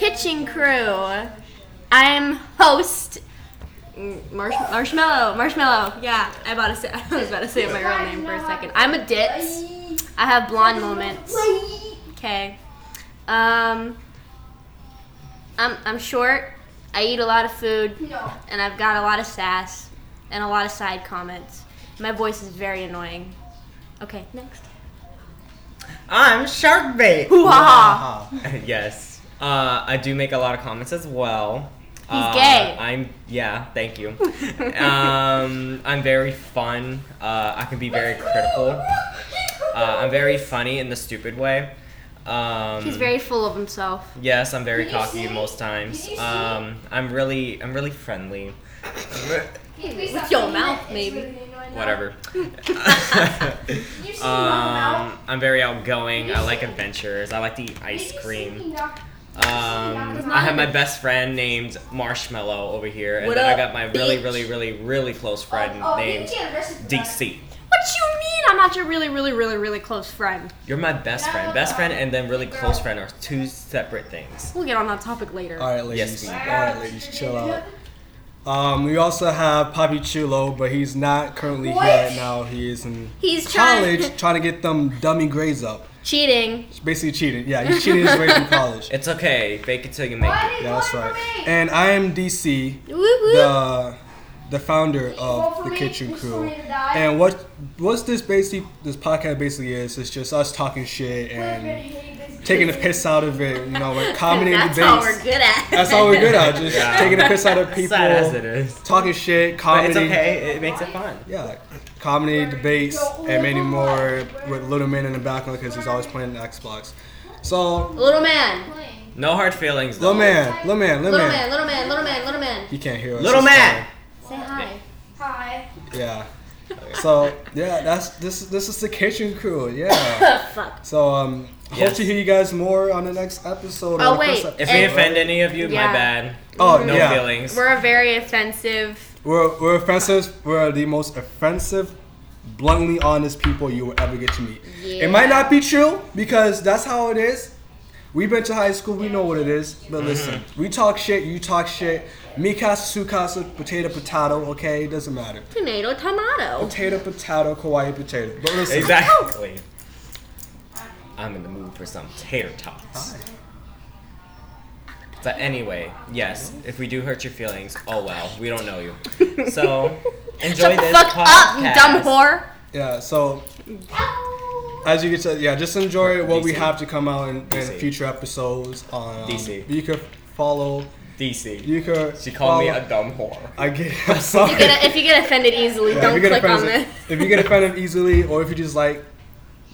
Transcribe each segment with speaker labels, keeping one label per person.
Speaker 1: Witching Crew. I'm host Mm, Marsh- Marshmallow. Marshmallow. Yeah, I about to say. I was about to say my real name for a second. I'm a ditz. I have blonde moments. Okay. Um. I'm I'm short. I eat a lot of food. And I've got a lot of sass and a lot of side comments. My voice is very annoying. Okay, next.
Speaker 2: I'm Shark Bait.
Speaker 1: Hoo-ha.
Speaker 2: yes. Uh, I do make a lot of comments as well. He's
Speaker 1: gay.
Speaker 2: I'm yeah. Thank you. um, I'm very fun. Uh, I can be very critical. Uh, I'm very funny in the stupid way. Um,
Speaker 1: He's very full of himself.
Speaker 2: Yes, I'm very
Speaker 3: Did you see
Speaker 2: cocky
Speaker 3: it?
Speaker 2: most times.
Speaker 3: Did you see
Speaker 2: Um, I'm really, I'm really friendly.
Speaker 1: With your mouth, maybe.
Speaker 2: Whatever.
Speaker 3: You see my
Speaker 2: um, I'm very outgoing. I like adventures. I like to eat ice cream. Um, I have my best friend named Marshmallow over here, and
Speaker 1: What
Speaker 2: then
Speaker 1: up,
Speaker 2: I got my really,
Speaker 1: bitch? Oh,
Speaker 2: really, really, really close friend named DC.
Speaker 1: What you mean? I'm not your really, really, really, really close friend.
Speaker 2: You're my best friend. Best friend and then really close friend are two separate things.
Speaker 1: We'll get on that topic later.
Speaker 4: All right, ladies.
Speaker 2: Yes,
Speaker 4: All right, ladies, chill out. Um, we also have Poppy Chulo, but he's not currently
Speaker 3: What?
Speaker 4: here right now. He is in
Speaker 1: He's trying-
Speaker 4: college, trying to get them dummy grades up.
Speaker 1: Cheating.
Speaker 4: He's basically cheating. Yeah, he's cheating his way through college.
Speaker 2: It's okay. Fake it till you make it.
Speaker 4: Yeah, that's right. And I am DC,
Speaker 1: Woo woo.
Speaker 4: the the founder of the Kitchen Crew. And what what's this basically? This podcast basically is. It's just us talking shit and taking the piss out of it. You know, like comedy and
Speaker 1: That's all we're
Speaker 4: debates.
Speaker 1: good at.
Speaker 4: That's all we're good at. Just taking the piss out of people.
Speaker 2: Sad as it is.
Speaker 4: talking shit,
Speaker 2: But
Speaker 4: comedy.
Speaker 2: it's okay. It makes it fun.
Speaker 4: Yeah, like comedy, debates, and many more with Little Man in the background because he's always playing the Xbox. So,
Speaker 1: Little man.
Speaker 2: No hard feelings. Though.
Speaker 4: Little Man, Little Man, Little
Speaker 1: Little
Speaker 4: Man.
Speaker 1: man. Little man. Little man. Little man.
Speaker 4: He can't hear us.
Speaker 2: Little
Speaker 4: it's
Speaker 2: man.
Speaker 1: Say hi.
Speaker 3: Hi.
Speaker 4: fine. Yeah. So, yeah, that's this this is the kitchen crew. Yeah.
Speaker 1: Fuck.
Speaker 4: So, um, hope
Speaker 2: Yes.
Speaker 4: to hear you guys more on the next episode.
Speaker 1: Oh,
Speaker 4: or the first
Speaker 1: wait.
Speaker 2: If
Speaker 4: episode.
Speaker 2: we
Speaker 1: And-
Speaker 2: offend any of you,
Speaker 1: Yeah.
Speaker 2: my bad.
Speaker 4: Oh,
Speaker 2: No
Speaker 4: yeah.
Speaker 2: feelings.
Speaker 1: We're a very offensive.
Speaker 4: We're, we're offensive. We're the most offensive, bluntly honest people you will ever get to meet.
Speaker 1: Yeah.
Speaker 4: It might not be true because that's how it is. We've been to high school. We know what it is.
Speaker 2: Mm-hmm.
Speaker 4: But listen, we talk shit. You talk shit. Me casa, su casa, potato, potato. Okay, it doesn't matter.
Speaker 1: Tomato. Tomato.
Speaker 4: Potato, potato, Kauai potato. But listen,
Speaker 2: Exactly. I'm in the mood for some tater tots. But anyway, yes, if we do hurt your feelings, oh well, we don't know you. So enjoy
Speaker 1: Shut the
Speaker 2: this
Speaker 1: fuck up, you
Speaker 2: podcast.
Speaker 1: dumb whore.
Speaker 4: Yeah. So as you get to, yeah, just enjoy what we
Speaker 2: DC.
Speaker 4: have to come out in, in
Speaker 2: DC.
Speaker 4: future episodes. On
Speaker 2: DC.
Speaker 4: you could follow.
Speaker 2: DC.
Speaker 4: You could.
Speaker 2: She called me
Speaker 4: follow-
Speaker 2: a dumb whore.
Speaker 4: I get. I'm sorry.
Speaker 1: If you get- if you get offended easily,
Speaker 4: Yeah,
Speaker 1: don't
Speaker 4: if you get
Speaker 1: click on
Speaker 4: offended-
Speaker 1: this.
Speaker 4: If you get offended easily, or if you just like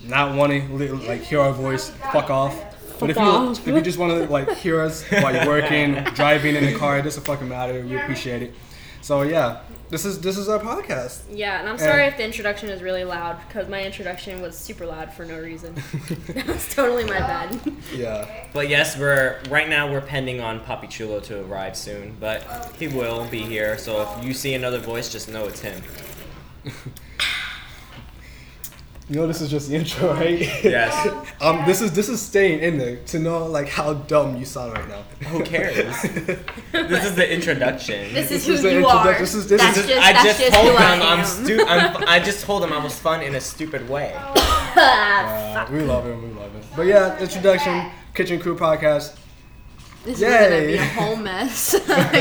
Speaker 4: not want to like hear our voice, fuck off. But if you
Speaker 1: off.
Speaker 4: if you just want to like hear us while you're working, driving in the car, it doesn't fucking matter. We appreciate it. So yeah, this is this is our podcast.
Speaker 1: Yeah, and I'm sorry
Speaker 4: And-
Speaker 1: if the introduction is really loud because my introduction was super loud for no reason. that was totally my bad.
Speaker 4: Yeah,
Speaker 2: But yes, we're right now we're pending on Papi Chulo to arrive soon, but he will be here. So if you see another voice, just know it's him.
Speaker 4: you know this is just the intro, right?
Speaker 2: Yes.
Speaker 4: Um, this is this is staying in there to know like how dumb you sound right now.
Speaker 2: Who cares? this is the introduction.
Speaker 1: This is
Speaker 4: This is
Speaker 1: who
Speaker 4: the
Speaker 1: you
Speaker 4: introduction.
Speaker 1: are.
Speaker 4: This is- this
Speaker 1: that's
Speaker 4: is-
Speaker 1: just,
Speaker 2: I
Speaker 1: that's
Speaker 2: just
Speaker 1: just
Speaker 2: told
Speaker 1: who I
Speaker 2: him
Speaker 1: am.
Speaker 2: I'm stu- I'm, I just told him I was fun in a stupid way.
Speaker 4: Uh, we love him. We love him. But yeah, introduction, kitchen crew podcast.
Speaker 1: this
Speaker 4: Yay.
Speaker 1: is gonna be a whole mess.